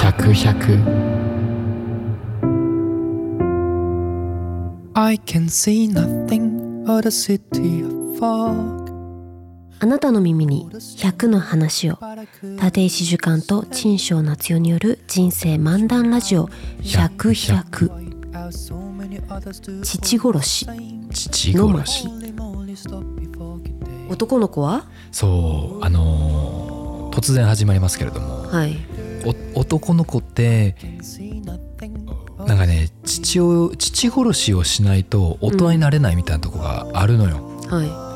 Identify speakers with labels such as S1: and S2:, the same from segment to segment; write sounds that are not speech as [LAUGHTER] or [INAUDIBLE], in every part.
S1: 百百
S2: I can see nothing but a city of fog.
S3: あなたの耳に100の話を
S2: But I could
S3: 立石主観と陳章夏代による人生漫談ラジオ100「百
S2: point out so many others do
S3: 父殺し
S1: 父殺し
S2: only only stop before good day.」
S3: 男の子は
S1: そうあのー突然始まりますけれども
S3: はい
S1: お男の子って
S2: Can see nothing
S1: なんかね父を父殺しをしないと大人になれないみたいなとこがあるのよ、
S3: は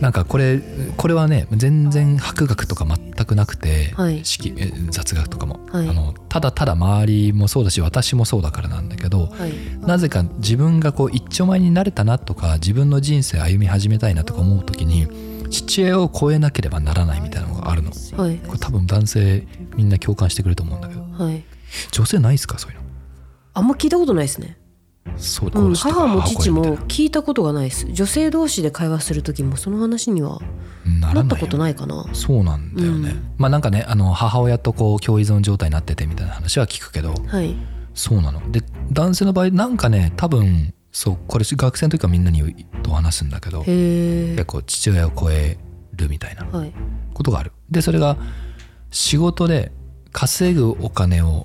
S1: なんかこれこれはね全然博学とか全くなくて、
S3: はい
S1: 式え雑学とかも、
S3: はい
S1: あのただただ周りもそうだし私もそうだからなんだけど
S3: いはい
S1: なぜか自分がこう一丁前になれたなとか自分の人生歩み始めたいなとか思う時に父親を超えなければならないみたいなのがあるのこ
S3: はい
S1: れ多分男性みんな共感してくれると思うんだけど
S3: はい
S1: 女性ないですかそういうの
S3: あんま聞いたことないですね、
S1: そう
S3: うん、
S1: 殺しとか
S3: 母も父
S1: 母親み
S3: も
S1: たい
S3: 聞いたことがないです女性同士で会話する時もその話には
S1: ななら
S3: なっ
S1: な
S3: た
S1: い
S3: こ
S1: よ
S3: とないかな
S1: そうなんだよね、
S3: うん
S1: まあなんかねあの母親とこう共依存状態になっててみたいな話は聞くけど
S3: はい
S1: そうなので男性の場合なんかね多分そうこれ学生の時はみんなにと話すんだけど
S3: へえ
S1: 結構父親を超えるみたいな
S3: はい
S1: ことがあるでそれが仕事で稼ぐお金を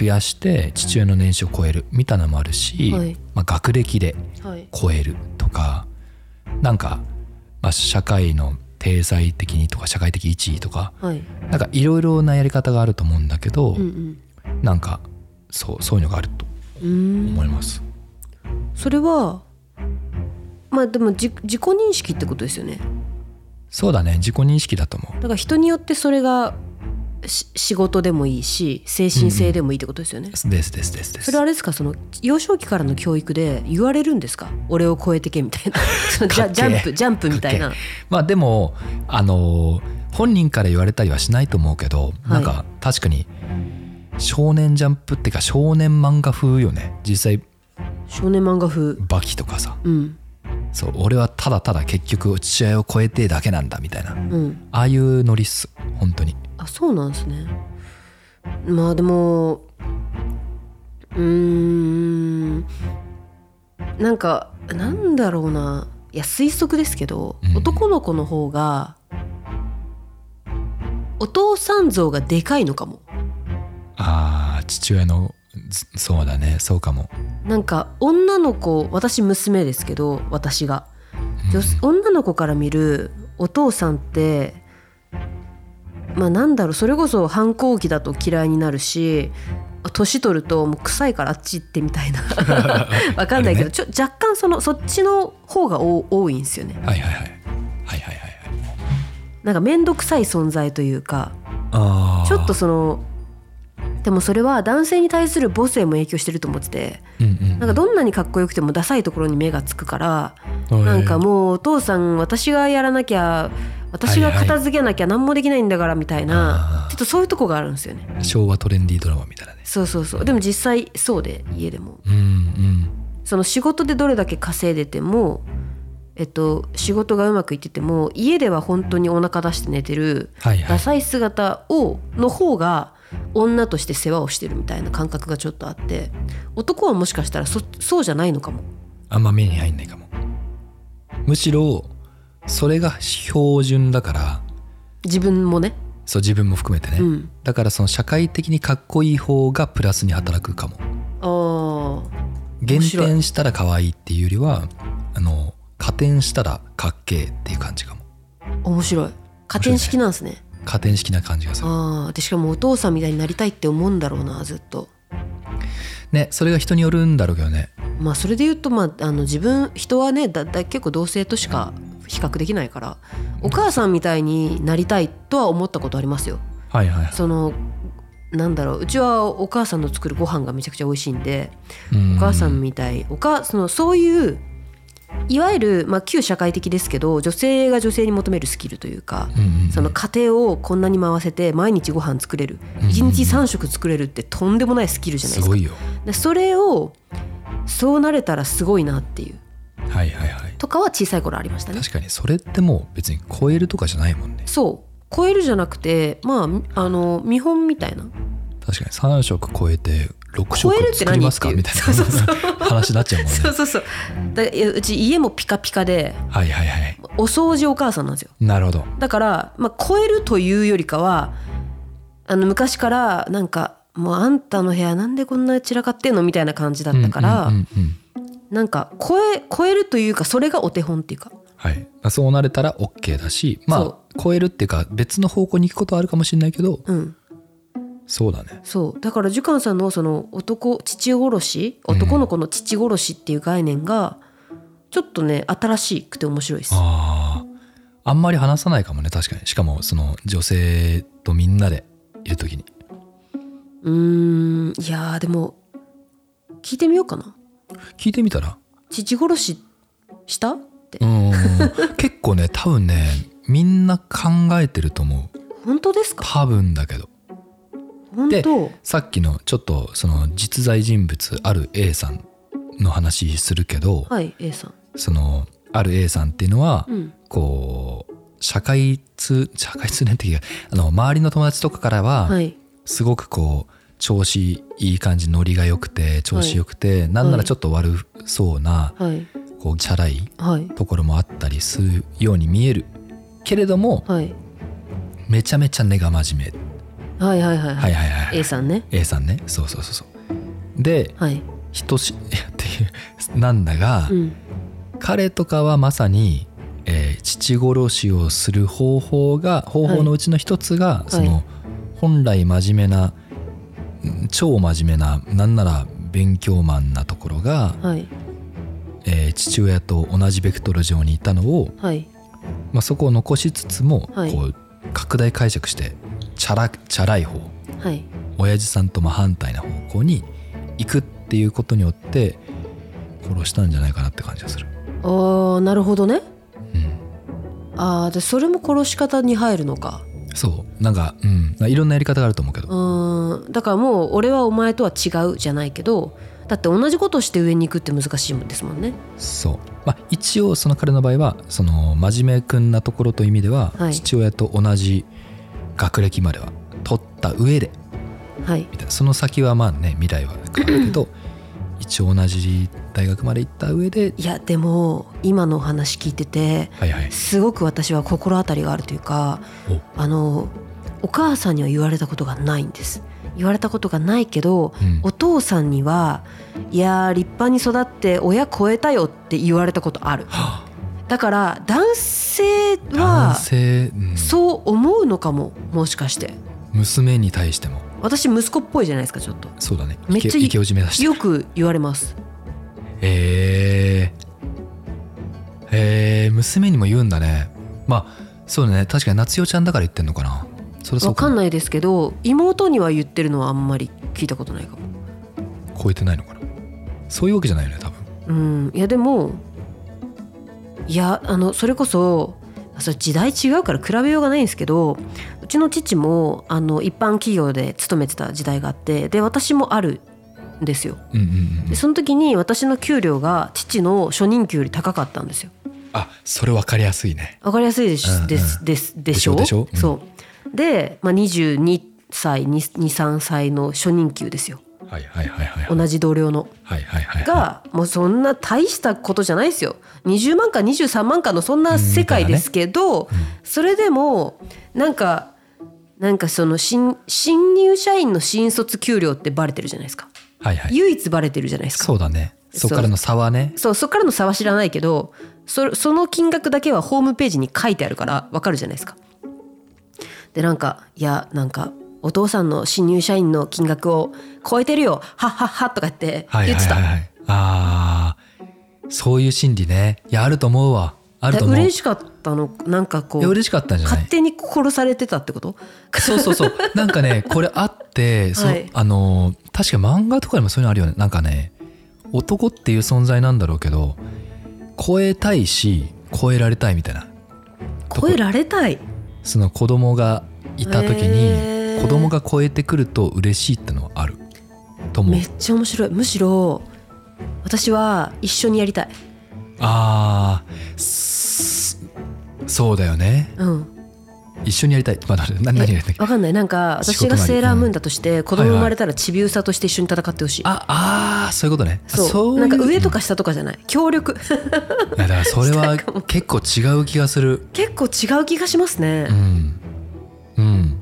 S1: 増やして父親の年収を超えるみたいなのもあるし、
S3: はい
S1: まあ、学歴で
S3: はい
S1: 超えるとかなんか、まあ、社会の体裁的にとか社会的地位とか
S3: はい
S1: なんかいろいろなやり方があると思うんだけど、
S3: うん
S1: なんかそうそういうのがあると
S3: うんうーん
S1: 思います。
S3: それはまあでもじ自己認識ってことですよね
S1: そうだね自己認識だと思う
S3: だから人によってそれがし仕事でもいいし精神性でもいいってことですよね、
S1: ですですですです
S3: それはあれですかその幼少期からの教育で言われるんですか俺を超えてけみたいなそのジ
S1: か
S3: ャ
S1: っ
S3: ジ
S1: け
S3: ャ
S1: ー
S3: ンプジャンプみたいな
S1: かっまあでもあのー本人から言われたりはしないと思うけど、
S3: い
S1: なんか確かに少年ジャンプっていうか少年漫画風よね実際
S3: 少年漫画風
S1: バキとかさ
S3: うん
S1: そう俺はただただ結局父親を超えてだけなんだみたいな
S3: うん
S1: ああいうノリっす本当に
S3: あそうなんですねまあでもうーんなんかなんだろうないや推測ですけど、
S1: うん
S3: 男の子の方がお父さん像がでかいのかも
S1: ああ父親のずそうだねそうか [LAUGHS] も、
S3: なんか女の子私娘ですけど私が
S1: うん
S3: 女女の子から見るお父さんってまあなんだろうそれこそ反抗期だと嫌いになるし年取るともう臭いからあっち行ってみたい
S1: [LAUGHS]
S3: なわかんないけ
S1: あるね
S3: ど、ちょ若干そのそっちの方がお多いんですよね
S1: はいはいはいはいはいはいはい
S3: なんか面倒くさい存在というか
S1: あー
S3: ちょっとそのでもそれは男性に対する母性も影響してると思ってて
S1: うんうんうん
S3: なんかどんなにかっこよくてもダサいところに目がつくから
S1: はい
S3: なんかもうお父さん私がやらなきゃ私が片付けなきゃ何もできないんだからみたい
S1: あ
S3: な
S1: ー
S3: ちょっとそういうとこがあるんですよね
S1: 昭和トレンディードラマみたいなね
S3: そうそうそうでも実際そうで家でも
S1: うんうん
S3: その仕事でどれだけ稼いでてもえっと仕事がうまくいってても家では本当にお腹出して寝てる
S1: はいは
S3: ダ
S1: い
S3: サい姿をの方が女として世話をしてるみたいな感覚がちょっとあって男はもしかしたらそそうじゃないのかも
S1: あんま目に入んないかもむしろそれが標準だから
S3: 自分もね
S1: そう自分も含めてね、
S3: うん
S1: だからその社会的にかっこいい方がプラスに働くかも
S3: あ
S1: 減
S3: 面白い
S1: 点したら可愛いっていうよりはあの加点したらかっけえっていう感じかも
S3: ー面白い加点式なんですね
S1: 加点式な感じがする
S3: ああでしかもお父さんみたいになりたいって思うんだろうなずっと
S1: ねそれが人によるんだろうけどね
S3: まあそれで言うと、まあ、あの自分人はねだだ結構同性としか比較できないからお母さんみたいになりたいとは思ったことありますよ
S1: はいはい
S3: そのなんだろううちはお母さんの作るご飯がめちゃくちゃ美味しいんで
S1: お
S3: お母さんみたいお母そのそういういわゆる、まあ、旧社会的ですけど女性が女性に求めるスキルというか、その家庭をこんなに回せて毎日ご飯作れる
S1: うん
S3: 1日3食作れるってとんでもないスキルじゃ
S1: す
S3: ないですか
S1: ごいよ
S3: でそれをそうなれたらすごいなっていう
S1: はいはいはい
S3: とかは小さい頃ありましたね
S1: 確かにそれってもう別に超えるとかじゃないもんね
S3: そう超えるじゃなくてまあみあの見本みたいな
S1: 確かに3食超えて6
S3: 超えるっ
S1: 食
S3: て
S1: 作り
S3: 何
S1: ま
S3: っ
S1: す
S3: て
S1: か
S3: いう
S1: みたいな
S3: そうそうそう
S1: 話になっちゃうもんね
S3: そうそうそうだいやうち家もピカピカで
S1: はいはいはい
S3: お掃除お母さんなんですよ
S1: なるほど
S3: だから、まあ、超えるというよりかはあの昔からなんか「もうあんたの部屋なんでこんな散らかってんの?」みたいな感じだったから、
S1: うんうんうんうん
S3: なんか超え超えるというかそれがお手本っていうか
S1: はい、まあそうなれたら OK だし
S3: そ
S1: まあ超えるっていうか別の方向に行くことはあるかもしれないけど
S3: うん
S1: そうだね
S3: そうだからジュカンさんのその男父殺し男の子の父殺しっていう概念がちょっとね新しくて面白いです。
S1: あーあんまり話さないかもね確かにしかもその女性とみんなでいる時に
S3: うーんいやーでも聞いてみようかな
S1: 聞いてみたら
S3: 父殺ししたって
S1: うんうんうん結構ね多分ねみんな考えてると思う
S3: 本当ですか
S1: 多分だけど
S3: 本
S1: で
S3: 当
S1: さっきのちょっとその実在人物ある A さんの話するけど
S3: はい A さん
S1: そのある A さんっていうのは
S3: うん
S1: こう社会通社会通念的なあの周りの友達とかからは
S3: はい
S1: すごくこう調子いい感じノリが良くて調子良くて、なんならちょっと悪そうな
S3: はい
S1: こうチャラい
S3: はい
S1: ところもあったりするように見えるけれども
S3: はい
S1: めちゃめちゃ根が真面目、
S3: はいはいは
S1: は
S3: いはいい
S1: はいはい、
S3: A さんね
S1: A さんねそうそうそうそうで
S3: はい
S1: 人し [LAUGHS] っていうなんだが、
S3: うん
S1: 彼とかはまさに、えー父殺しをする方法が方法のうちの一つが、
S3: い
S1: その、
S3: は
S1: 本来真面目なうん超真面目ななんなら勉強マンなところが、
S3: はい
S1: えー父親と同じベクトル上にいたのを、
S3: はい
S1: まあ、そこを残しつつも、
S3: はい
S1: こう拡大解釈してチャラチャラい方
S3: はい
S1: 親父さんと真反対な方向に行くっていうことによって殺したんじゃないかなって感じがする。
S3: あーなるほどね
S1: うん
S3: あーでそれも殺し方に入るのか
S1: そうなんかうんいろんなやり方があると思うけ
S3: う
S1: ど、
S3: ーんだからもう俺はお前とは違うじゃないけどだって同じことして上に行くって難しいもんですもんね
S1: そう、まあ、一応その彼の場合はその真面目くんなところという意味では、
S3: はい
S1: 父親と同じ学歴までは取った上で
S3: はい
S1: みたいなその先はまあね未来は変わるけ
S3: [CLEARS THROAT]
S1: ど一応同じ大学まで行った上で
S3: いやでも今のお話聞いてて
S1: はいはい
S3: すごく私は心当たりがあるというか
S1: お
S3: あのお母さんには言われたことがないんです言われたことがないけど、
S1: うん
S3: お父さんにはいやー立派に育って親超えたよって言われたことある
S1: はあ
S3: だから男性
S1: 男
S3: は
S1: 性、うん
S3: そう思うのかももしかして
S1: 娘に対しても
S3: 私息子っぽいじゃないですかちょっと
S1: そうだね
S3: めっちゃい
S1: イケイケオジ目指して
S3: よく言われます
S1: へええー娘にも言うんだねまあそうだね確かに夏代ちゃんだから言ってんのかなそれそ
S3: わ
S1: う
S3: かん
S1: い
S3: ないですけど妹には言ってるのはあんまり聞いたことないかも
S1: 超えてないのかなそういうわけじゃないよね多分
S3: うんいやでもいやあのそれこそそれ時代違うから比べようがないんですけどうちの父もあの一般企業で勤めてた時代があってで私もあるんですよ
S1: うんうんうんう
S3: で
S1: ん
S3: その時に私の給料が父の初任給より高かったんですよ
S1: あそれ分かりやすいね
S3: わかりやすいでし,、
S1: うんうん
S3: ですですでしょ
S1: でしょでしょうん
S3: そうで、まあ、22歳23歳の初任給ですよ
S1: はいはいはいはいはい
S3: 同じ同僚の
S1: はいはいはい
S3: がもうそんな大したことじゃないですよ20万か23万かのそんな世界ですけど、それでもなんかなんかその新新入社員の新卒給料ってバレてるじゃないですか
S1: はいはい
S3: 唯一バレてるじゃないですか
S1: そうだねそっからの差はね
S3: そうそっからの差は知らないけどそその金額だけはホームページに書いてあるからわかるじゃないですか。でなんかいやなんかお父さんの新入社員の金額を超えてるよはっはっはとか言って
S1: はい
S3: 言
S1: は
S3: っ
S1: い
S3: てた。
S1: はいはいあーそういう心理ねいやあると思うわある
S3: だ
S1: と思う
S3: 嬉
S1: し
S3: しかったのなんかこう
S1: 嬉しかったんじゃない
S3: 勝手に殺されてたってこと
S1: そうそうそう。なんかね、これあ
S3: [LAUGHS]
S1: って、そう
S3: はい
S1: あのー、確か漫画とかでもそういうのあるよね。なんかね、男っていう存在なんだろうけど、超えたいし、超えられたいみたいな。とこ
S3: 超えられたい
S1: その子供がいた時
S3: へ
S1: に、
S3: ー
S1: 子供が超えてくると嬉しいってのはある。と思う
S3: め。っちゃ面白いむしろ私は一緒にやりたい
S1: あー、すそうだよね。
S3: うん
S1: 一緒にやりたい、まあ、な何
S3: え
S1: 何やりたい
S3: わかんないなんか
S1: 仕事
S3: 私
S1: なり
S3: がセーラームーンだとして子供
S1: はいはい
S3: 生まれたらちびうさとして一緒に戦ってほしい、
S1: ああーそういうことねあ
S3: そう
S1: い
S3: なんか上とか下とかじゃない協力
S1: いやだからそれは
S3: 下かも
S1: 結構違う気がする
S3: 結構違う気がしますね
S1: う、んうん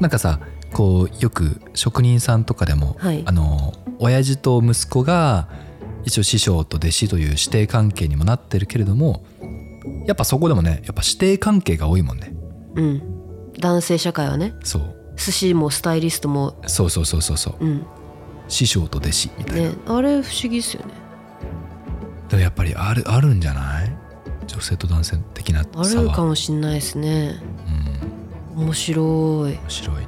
S1: なんかさこうよく職人さんとかでも、
S3: はい
S1: あの親父と息子が一応師匠と弟子という師弟関係にもなってるけれどもやっぱそこでもねやっぱ師弟関係が多いもんね
S3: うん男性社会はね
S1: そう
S3: 寿司もスタイリストも
S1: そうそうそうそうそう
S3: うん
S1: 師匠と弟子みたいな、
S3: ねあれ不思議っすよね
S1: でもやっぱりあるあるんじゃない女性と男性的な
S3: あ
S1: 差
S3: る
S1: は
S3: かもしんないですね
S1: うん
S3: 面白い
S1: 面白いね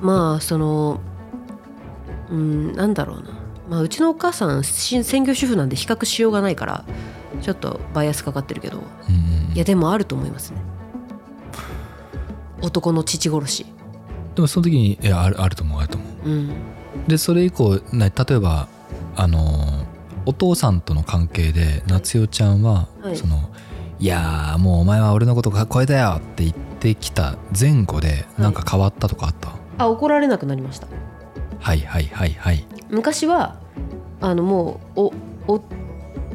S3: まあそのうんなんだろうな、まあ、うちのお母さんし専業主婦なんで比較しようがないからちょっとバイアスかかってるけど
S1: うんうんうん
S3: いやでもあると思いますね男の父殺し
S1: でもその時にいやあるあると思うあると思う
S3: うん
S1: でそれ以降な例えばあのお父さんとの関係で夏代ちゃんは、
S3: はい
S1: その「いやーもうお前は俺のことか超えたよ」って言ってきた前後で
S3: い
S1: なんか変わったとかあった、
S3: あ怒られなくなりました
S1: はい、はいはいはい
S3: 昔はあのもうおお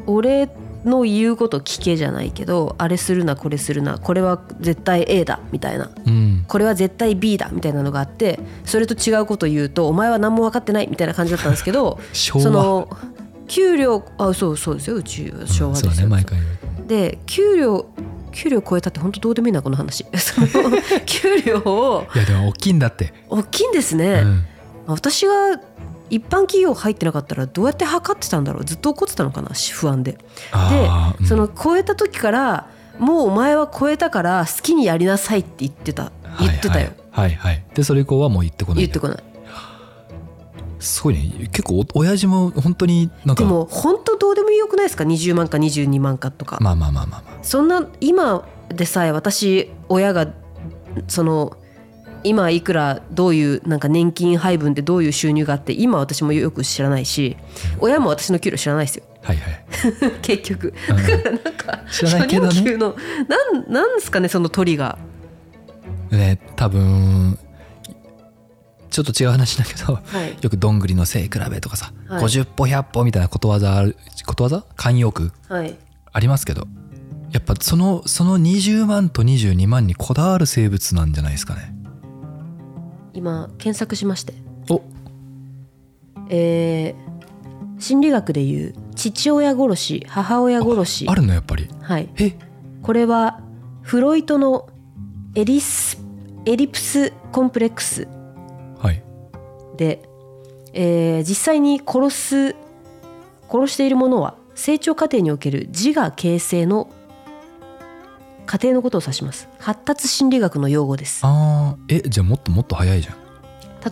S3: 俺の言うこと聞けじゃないけどあれするなこれするなこれは絶対 A だみたいな
S1: うん
S3: これは絶対 B だみたいなのがあってそれと違うこと言うとお前は何も分かってないみたいな感じだったんです
S1: [LAUGHS]
S3: けど
S1: 昭
S3: そ
S1: 和
S3: の給料あそうそうですようちは昭和です
S1: うんそ
S3: よ、
S1: うだね毎回言う
S3: で給料給料超えたって本当どうでもいいなこの話 [LAUGHS] その給料を
S1: いやでも大きいんだって、
S3: 大きいんですね、
S1: うん、
S3: 私が一般企業入ってなかったらどうやって測ってたんだろうずっと怒ってたのかなし不安で
S1: あーうん
S3: その超えた時からもうお前は超えたから好きにやりなさいって言ってた言ってたよ、
S1: はいはい、はいはいでそれ以降はもう言ってこない
S3: 言ってこない
S1: すごいね結構お親父も本当になんか
S3: でも本当どうでもよくないですか20万か22万かとか、
S1: まあまあまあまあまあ
S3: そんな今でさえ私親がその今いくらどういうなんか年金配分でどういう収入があって今私もよく知らないし親も私の給料知らないですよ
S1: はいはい
S3: 結局
S1: うん
S3: だからなんか
S1: 知らないけどね
S3: 初任給のなんなんですかねそのトリガ
S1: ね多分ちょっと違う話だけど [LAUGHS]
S3: ーはい
S1: よくどんぐりの背比べとかさ、
S3: はい
S1: 50歩100歩みたいなことわざあることわざ慣用句
S3: はい
S1: ありますけどやっぱそのその20万と22万にこだわる生物なんじゃないですかね
S3: 今検索しまして
S1: お
S3: えー心理学でいう父親殺し母親殺し
S1: あるのやっぱり
S3: はい
S1: え
S3: これはフロイトのエリスエリプスコンプレックス
S1: はい
S3: で、えー実際に殺す殺しているものは成長過程における自我形成の過程のことを指します発達心理学の用語です
S1: あーえじゃあもっともっと早いじゃん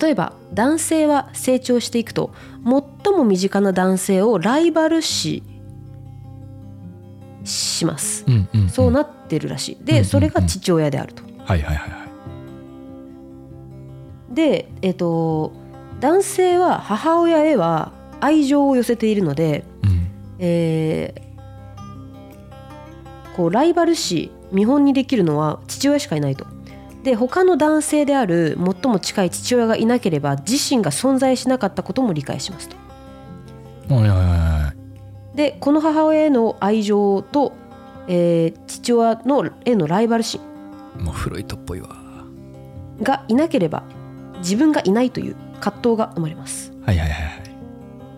S3: 例えば男性は成長していくと最も身近な男性をライバル視します
S1: うんうん、うん、
S3: そうなってるらしい
S1: うんうんう
S3: で
S1: ん
S3: それが父親であると
S1: はいはいはいはい
S3: でえっ、と男性は母親へは愛情を寄せているので、
S1: うん
S3: えーこうライバル視見本にできるのは父親しかいないと。で他の男性である最も近い父親がいなければ自身が存在しなかったことも理解しますと。
S1: はいはいはいはい
S3: でこの母親への愛情と、えー父親のへのライバル心
S1: もうフロイトっぽいわは
S3: がいなければ自分がいないという葛藤が生まれます。
S1: いはいはいは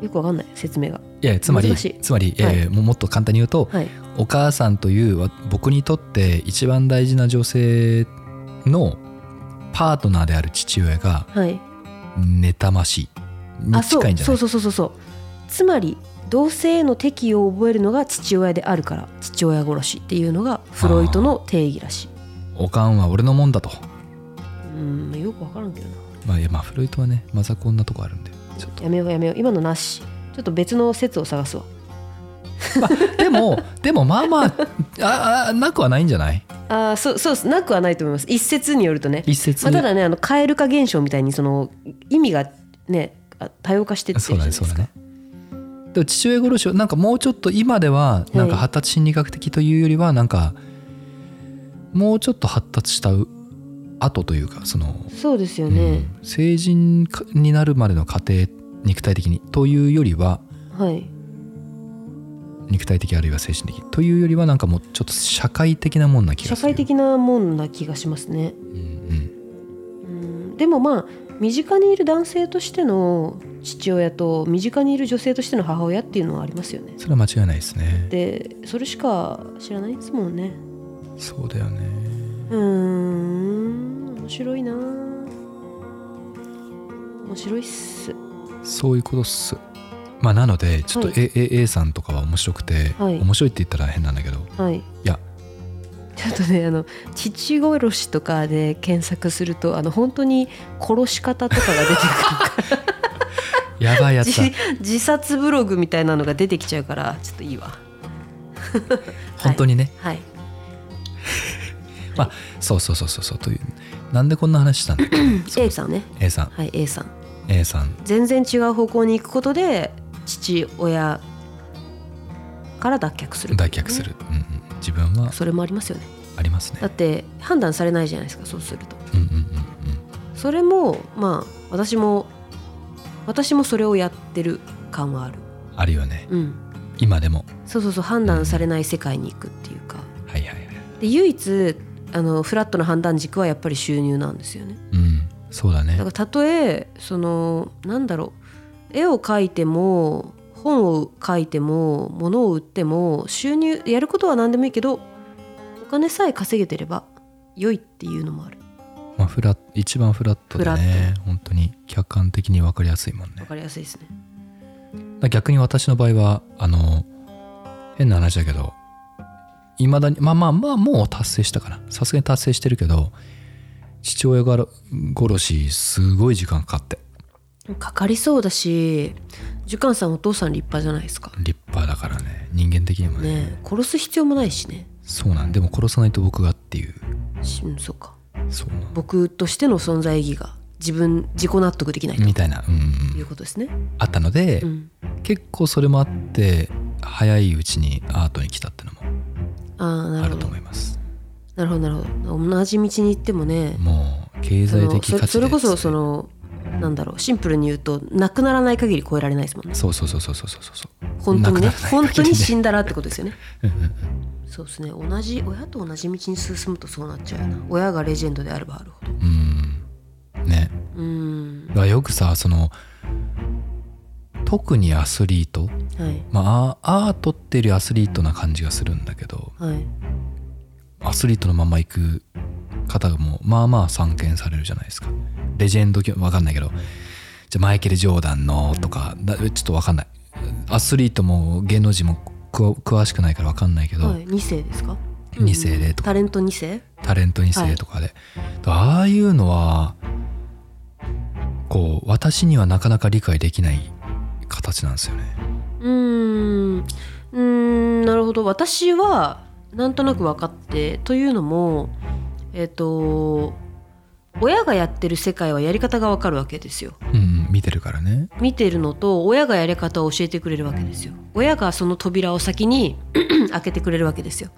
S1: い
S3: よくわかんない説明が。
S1: いやつまり
S3: 難しい
S1: つまり、えーもうもっと簡単に言うと、
S3: はい
S1: お母さんというわ僕にとって一番大事な女性のパートナーである父親が
S3: はい、
S1: 妬ましいに
S3: あそう
S1: 近いんじゃ
S3: そ
S1: な
S3: う
S1: い
S3: そうそうそうそうつまり同性への敵意を覚えるのが父親であるから父親殺しっていうのがフロイトの定義らしい。
S1: おかんは俺のもんだと、
S3: うんよくわからんけどな。
S1: まあ、いやまあフロイトはねマザコンなとこあるんでちょっ
S3: やめようやめよう今のなしちょっと別の説を探すわ。
S1: とでも [LAUGHS] でもまあまあああなくはないんじゃない
S3: あーそうそうですなくはないと思います一説によるとね。
S1: 一説
S3: まあ、
S1: に、
S3: ただねあの蛙化現象みたいにその意味がねあ多様化してってるじ
S1: そ
S3: ゃ
S1: う
S3: な
S1: だ
S3: い
S1: ね
S3: で
S1: そう
S3: す
S1: だ
S3: か
S1: ねでも父親殺しはなんかもうちょっと今ではなんか発達心理学的というよりはなんか、もうちょっと発達した後というかその、
S3: そうですよ
S1: うん
S3: ね、
S1: 成人になるまでの過程肉体的にというよりは
S3: はい
S1: 肉体的あるいは精神的というよりはなんかもうちょっと社会的なもんな気が
S3: 社
S1: する
S3: 会的なもんな気がしますね
S1: うんうん
S3: うんでもまあ身近にいる男性としての父親と身近にいる女性としての母親っていうのはありますよね
S1: それは間違いないですね
S3: でそれしか知らないですもんね
S1: そうだよね
S3: うーん面白いな面白いっす
S1: そういうことっすまあなのでちょっと
S3: は
S1: A,、A, A さんとかは面白くて、
S3: はい
S1: 面白いって言ったら変なんだけど
S3: はい
S1: いや
S3: ちょっとねあの父殺しとかで検索するとあの本当に殺し方とかが出てくる
S1: やばいや [LAUGHS] つだ
S3: 自自殺ブログみたいなのが出てきちゃうからちょっといいわ
S1: 本当にね、
S3: はい
S1: そうそうそうそうそうというなんでこんな話したんだっけ [CLEARS THROAT]
S3: A さんね
S1: A さん
S3: はい A さん
S1: A さん
S3: 全然違う方向に行くことで父親から脱却する
S1: 脱却する、うんうん、自分は
S3: それもありますよね
S1: ありますね
S3: だって判断されないじゃないですかそうすると
S1: うんうんうん
S3: それもまあ私も私もそれをやってる感はある
S1: うんあるよね
S3: うん
S1: 今でも
S3: そうそうそう判断されない世界に行くっていうか
S1: はいはいはい
S3: で唯一あのフラットな判断軸はやっぱり収入なんですよね
S1: うんそうだね
S3: だからたとえそのなんだろう絵を描いても本を書いても物を売っても収入やることは何でもいいけどお金さえ稼げてれば良いっていうのもある
S1: まあ、フラ一番フラットで
S3: フラ
S1: ね本当に客観的に分かりやすいもんね
S3: わかりやすいですね
S1: だ逆に私の場合はあの変な話だけどいまだにまあまあまあもう達成したかなさすがに達成してるけど父親が殺しすごい時間かかって
S3: かかりそうだし寿貫さんお父さん立派じゃないですか
S1: 立派だからね人間的にもね
S3: ねえ殺す必要もないしね
S1: そうなんでも殺さないと僕がっていう
S3: しうんそうか
S1: そうなん
S3: 僕としての存在意義が自分自己納得できない
S1: みたいな、うんうん
S3: と
S1: う
S3: い
S1: ん
S3: うことですね、
S1: あったので、
S3: うん、
S1: 結構それもあって早いうちにアートに来たってのも
S3: ああな
S1: ある
S3: る
S1: と
S3: ほど
S1: 思います
S3: なるほどなるほど同じ道に行ってもね、
S1: もう経
S3: そ
S1: 済
S3: の
S1: 的価値
S3: そ
S1: で
S3: それこそそ
S1: の
S3: のなんだろうシンプルに言うとなくならない限り超えられないですもんね
S1: そうそうそうそうそうそうそう
S3: 本当にね
S1: なくならない限りね
S3: 本当に死んだらってことですよね
S1: うんうんうん
S3: そうですね同じ親と同じ道に進むとそうなっちゃうよな親がレジェンドであればあるほど
S1: うんね
S3: うーん
S1: だからよくさその特にアスリート
S3: はい
S1: まあアーアートっていうよりアスリートな感じがするんだけど
S3: はい
S1: アスリートのまま行く方がもうまあまあ散見されるじゃないですかレジェンド級わかんないけどじゃあマイケル・ジョーダンのとかだちょっとわかんないアスリートも芸能人もくわ詳しくないからわかんないけど、
S3: はい2世ですか
S1: 二世でとか
S3: タレント2世
S1: タレント2世とかで、ああいうのはこう私にはなかなか理解できない形なんですよね
S3: うーんうーんなるほど私はなんとなく分かってというのもえっ、と親がやってる世界はやり方が分かるわけですよ
S1: うん、うん、見てるからね
S3: 見てるのと親がやり方を教えてくれるわけですよ親がその扉を先に [CLEARS THROAT] 開けてくれるわけですよ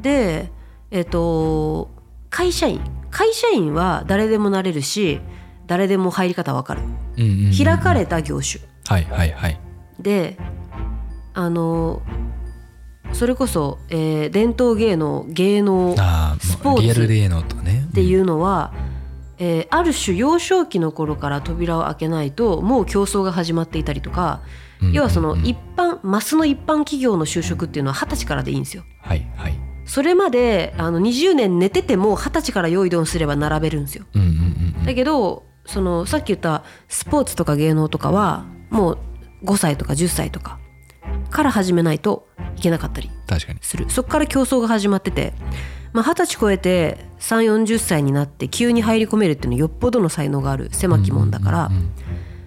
S3: でえっ、と会社員会社員は誰でもなれるし誰でも入り方わかる
S1: うんうんうんうん
S3: 開かれた業種
S1: はいはいはい
S3: であのそれこそ、えー伝統芸能芸能っ
S1: あ
S3: ス
S1: あ
S3: ポー
S1: もう
S3: ツ
S1: リアル芸能とかね
S3: ていううのは、えーある種幼少期の頃から扉を開けないともう競争が始まっていたりとか
S1: ん、うん
S3: 要はその
S1: うんうん
S3: 一般マスの一般企業の就職っていうのは二十歳からでいいんですよ
S1: はいはい
S3: それまであの20年寝てても二十歳から用意どんすれば並べるんですよ
S1: うんうんうんうん
S3: だけどそのさっき言ったスポーツとか芸能とかはもう5歳とか10歳とかから始めないといけなかったり
S1: 確かに
S3: するそこから競争が始まっててまあ二十、歳超えて3 4 0歳になって急に入り込めるっていうのはよっぽどの才能がある狭き門だから、
S1: うんうんうん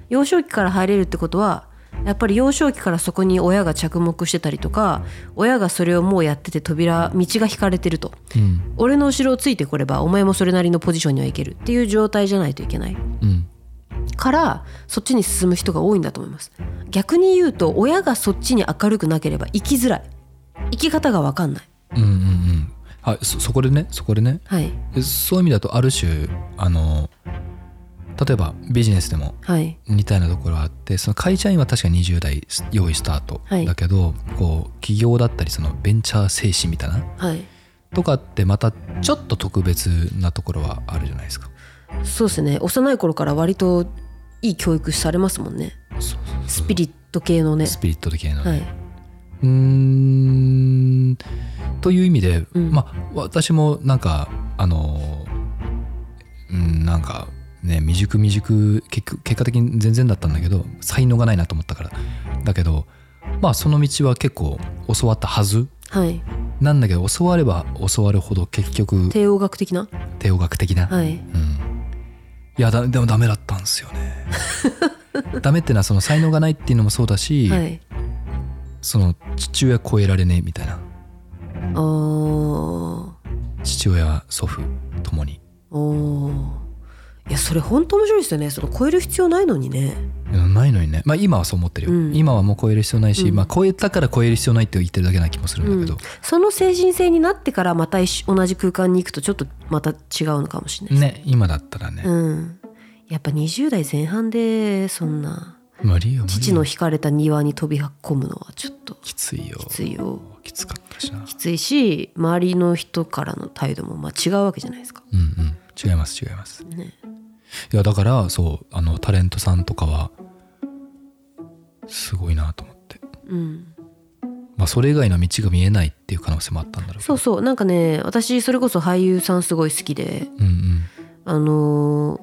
S3: 幼少期から入れるってことはやっぱり幼少期からそこに親が着目してたりとか親がそれをもうやってて扉道が引かれてると
S1: うん
S3: 俺の後ろをついてこればお前もそれなりのポジションにはいけるっていう状態じゃないといけない
S1: うん
S3: からそっちに進む人が多いんだと思います逆に言うと親がそっちに明るくなければ生きづらい生き方が分かんない
S1: うんうんうんあそそこでねそこでね
S3: はい
S1: でそういう意味だとある種あの例えばビジネスでも
S3: はい
S1: 似たようなところはあってその会社員は確か20代用意スタート
S3: はい
S1: だけど、こう起業だったりそのベンチャー精神みたいな
S3: はい
S1: とかってまたちょっと特別なところはあるじゃないですか。
S3: そうですね幼い頃から割といい教育されますもんね
S1: そうそう
S3: スピリット系のね
S1: スピリット的なのね、
S3: はいう
S1: ーんという意味で、
S3: うん
S1: まあ私もなんかあのうんなんかね未熟未熟結局結果的に全然だったんだけど才能がないなと思ったからだけどまあその道は結構教わったはず
S3: はい
S1: なんだけど教われば教わるほど結局
S3: 帝王学的な
S1: 帝王学的な、
S3: は
S1: う
S3: い
S1: ん、いやだでもダメだったんですよ
S3: [LAUGHS]
S1: ねダメってのはその才能がないっていうのもそうだし、
S3: はい
S1: その父親超えられねえみたいな
S3: あー
S1: 父親祖父ともに
S3: おーいやそれ本当面白いですよねその超える必要ないのにね
S1: うんないのにねまあ今はそう思ってるよ、
S3: うん
S1: 今はもう超える必要ないし、
S3: うん
S1: まあ超えたから超える必要ないって言ってるだけな気もするんだけど、
S3: その精神性になってからまた一緒同じ空間に行くとちょっとまた違うのかもしれないです
S1: ね今だったらね、
S3: うんやっぱ20代前半でそんな
S1: 無理よ無理よ
S3: 父の引かれた庭に飛び込むのはちょっと
S1: きついよ
S3: きついよ
S1: きつかったしな
S3: きついし周りの人からの態度もまあ違うわけじゃないですか。
S1: うんうん違います違います
S3: ね、
S1: いやだからそうあのタレントさんとかはすごいなと思って
S3: うん、
S1: まあそれ以外の道が見えないっていう可能性もあったんだろうけ
S3: そ
S1: ど
S3: うそうなんかね私それこそ俳優さんすごい好きで
S1: うん
S3: あのー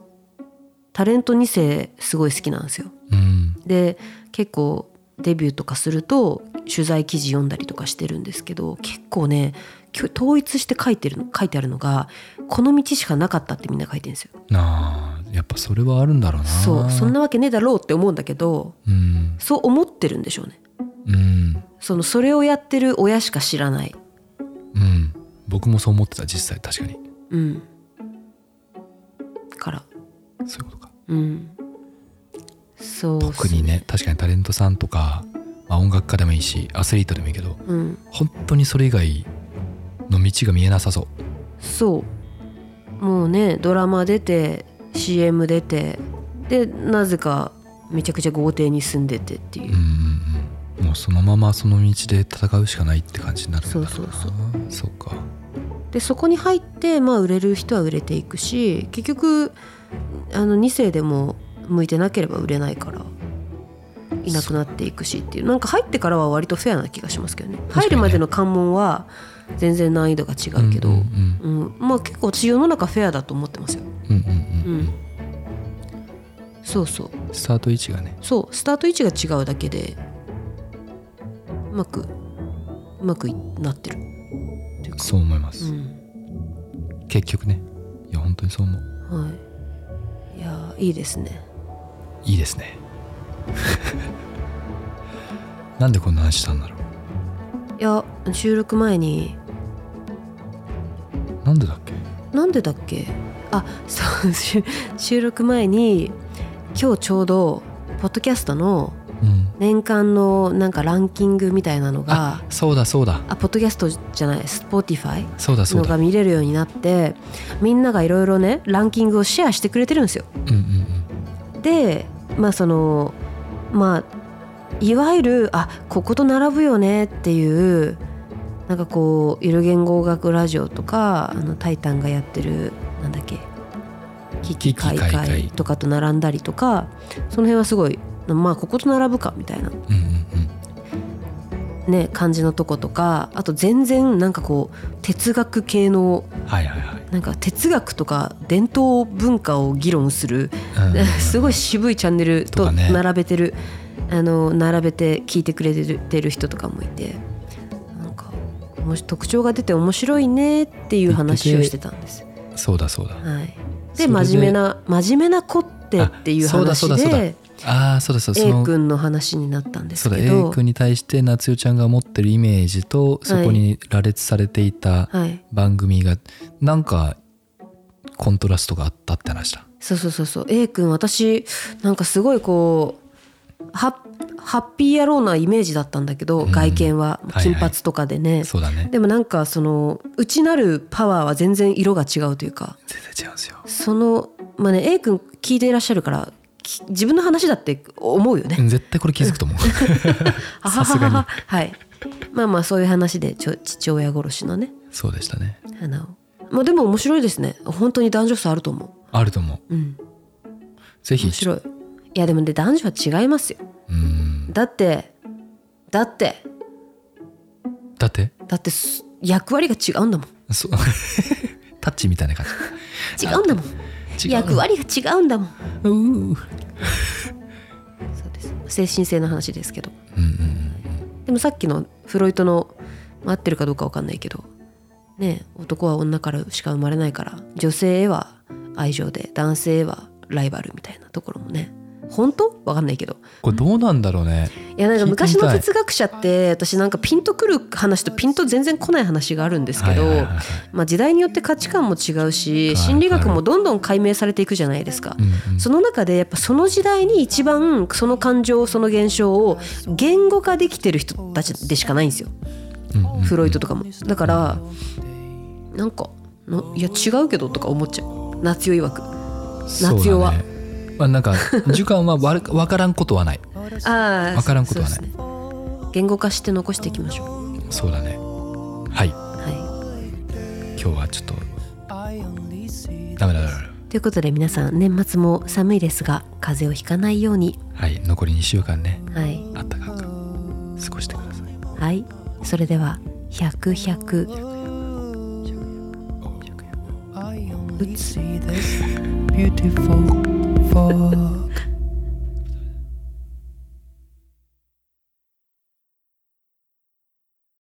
S3: タレント2世すごい好きなんですよ。
S1: うんうん
S3: で結構デビューとかすると取材記事読んだりとかしてるんですけど結構ねきょ統一して書いてるの書いてあるのがこの道しかなかったってみんな書いてるんですよ。
S1: なあやっぱそれはあるんだろうな
S3: そうそんなわけねえだろうって思うんだけど
S1: うん
S3: そう思ってるんでしょうね。
S1: うん
S3: そのそれをやってる親しか知らない。
S1: うん僕もそう思ってた実際確かに
S3: うん。から。
S1: そういうことか
S3: うん。そうっす。
S1: 特にね確かにタレントさんとか、まあ、音楽家でもいいしアスリートでもいいけど
S3: うん。
S1: 本当にそれ以外の道が見えなさそ
S3: そう。もうね、ドラマ出て、CM 出て、で、なぜかめちゃくちゃ豪邸に住んでてってい
S1: うう
S3: う
S1: ん
S3: う。
S1: うんうんもうそのままその道で戦うしかないって感じになるんだろうな
S3: そうそうそう
S1: そうか
S3: で、そこに入って、まあ、売れる人は売れていくし、結局、あの2世でも向いてなければ売れないから。いなくなっていくしっていうなんか入ってからは割とフェアな気がしますけどね
S1: 確かにね
S3: 入るまでの関門は全然難易度が違うけど、
S1: うんうん
S3: うん、まあ結構私世の中フェアだと思ってますよ。
S1: うんうん
S3: う
S1: うん
S3: ん、そうそう
S1: うんスタート位置がね
S3: そうスタート位置が違うだけでうまくうまくいなってる。
S1: そう思いま
S3: う
S1: す、
S3: ん
S1: 結局ねいや本当にそう思う
S3: はい、いやーいいですね。
S1: いいです
S3: [LAUGHS]
S1: ねなんでこんな話したんだろ
S3: いや収録前に
S1: うなんでだっけ
S3: なんでだっけあそう [LAUGHS] 収収録前に今日ちょうどポッドキャストの
S1: うん
S3: 年間のなんかランキングみたいなのが
S1: そうだそうだ
S3: あポッドキャストじゃないスポーティファイ
S1: そうだそう
S3: の
S1: だ
S3: が見れるようになってみんながいろいろねランキングをシェアしてくれてるんですよ。
S1: うんうん
S3: でまあそのまあいわゆるあここと並ぶよねっていうなんかこうゆる言語学ラジオとかあのタイタンがやってるなんだっけキキカイ
S1: キキカ
S3: カ
S1: イカイ
S3: イとかと並んだりとかその辺はすごいまあここと並ぶかみたいな
S1: うんうんうんうん
S3: ね感じのとことかあと全然なんかこう哲学系の
S1: はいはいはい
S3: なんか哲学とか伝統文化を議論する、
S1: うんうんうん
S3: [LAUGHS] すごい渋いチャンネル
S1: と
S3: と
S1: かね
S3: 並べてる、あの並べて聞いてくれてるてる人とかもいてなんかもし特徴が出て面白いねっていう話をしてたんです。
S1: そうだそうだ
S3: はい、
S1: それ
S3: で
S1: で
S3: 真面目な真面目な子ってっていう
S1: あそうだそう
S3: 話
S1: だそうだ
S3: で
S1: ああそうだそうだそ
S3: A
S1: の
S3: 君の話になったんで
S1: そう
S3: す
S1: だ
S3: け
S1: A
S3: ど。
S1: 君に対して夏代ちゃんが持ってるイメージとそこに羅列されていた
S3: はい、
S1: 番組がなんかコントラストがあったって話だ
S3: そうそうそうそう A 君私なんかすごいこうハッハッピー野郎なイメージだったんだけど、
S1: うん
S3: 外見
S1: は
S3: は
S1: いはい
S3: 金髪とかでね、
S1: そうだね
S3: でもなんかその内なるパワーは全然色が違うというか
S1: 全然違うんですよ
S3: そのまあね A 君聞いていらっしゃるからき自分の話だって思うよね
S1: う。ん絶対これ気づくと思
S3: [LAUGHS]
S1: う
S3: あ
S1: さすがに
S3: はははははいまあまあそういう話でちょ父親殺しのね
S1: そうでしたね
S3: 花をまあでも面白いですね本当に男女差あると思
S1: あると思う
S3: ううん
S1: ぜひ
S3: 面白いいやでもね男女は違いますよ
S1: うん
S3: だってだって
S1: だって
S3: だってす役割が違うんだもん
S1: そう [LAUGHS] タッチみたいな感
S3: 違うんだもん
S1: じ違う
S3: 役割が違うんだもん
S1: うー
S3: そうです精神性の話ですけど
S1: うんうん
S3: でもさっきのフロイトのまあ合ってるかどうかわかんないけどねえ男は女からしか生まれないから女性へは愛情で男性へはライバルみたいなところもね本当わかんないけど
S1: これどうなんだろうね
S3: いやなん
S1: 聞
S3: か
S1: いてみたい
S3: 昔の哲学者って私なんかピンとくる話とピンと全然来ない話があるんですけど、
S1: はいはいはいはい
S3: まあ、時代によって価値観も違う
S1: は
S3: し
S1: い
S3: 心理学もどんどん解明されていくじゃないですか
S1: う。んうん
S3: その中でやっぱその時代に一番その感情その現象を言語化できてる人たちでしかないんですよ
S1: うんうん
S3: フロイトとかもだからなんかのいや違うけどとか思っちゃう夏代曰くあ
S1: そうだね
S3: 夏代は
S1: まあなんか時間はわ分からんことはない
S3: あ
S1: わからんことはない
S3: そうですね言語化して残していきましょ
S1: そうだねはいう
S3: は
S1: 今日はちょっと
S2: I only see
S1: ダメだダメだ
S3: いということで皆さん年末も寒いですが風邪をひかないように
S1: はい残り2週間ね
S3: はい
S1: あったかく過ごしてください
S3: はいそれでは100 100
S2: I only see this beautiful for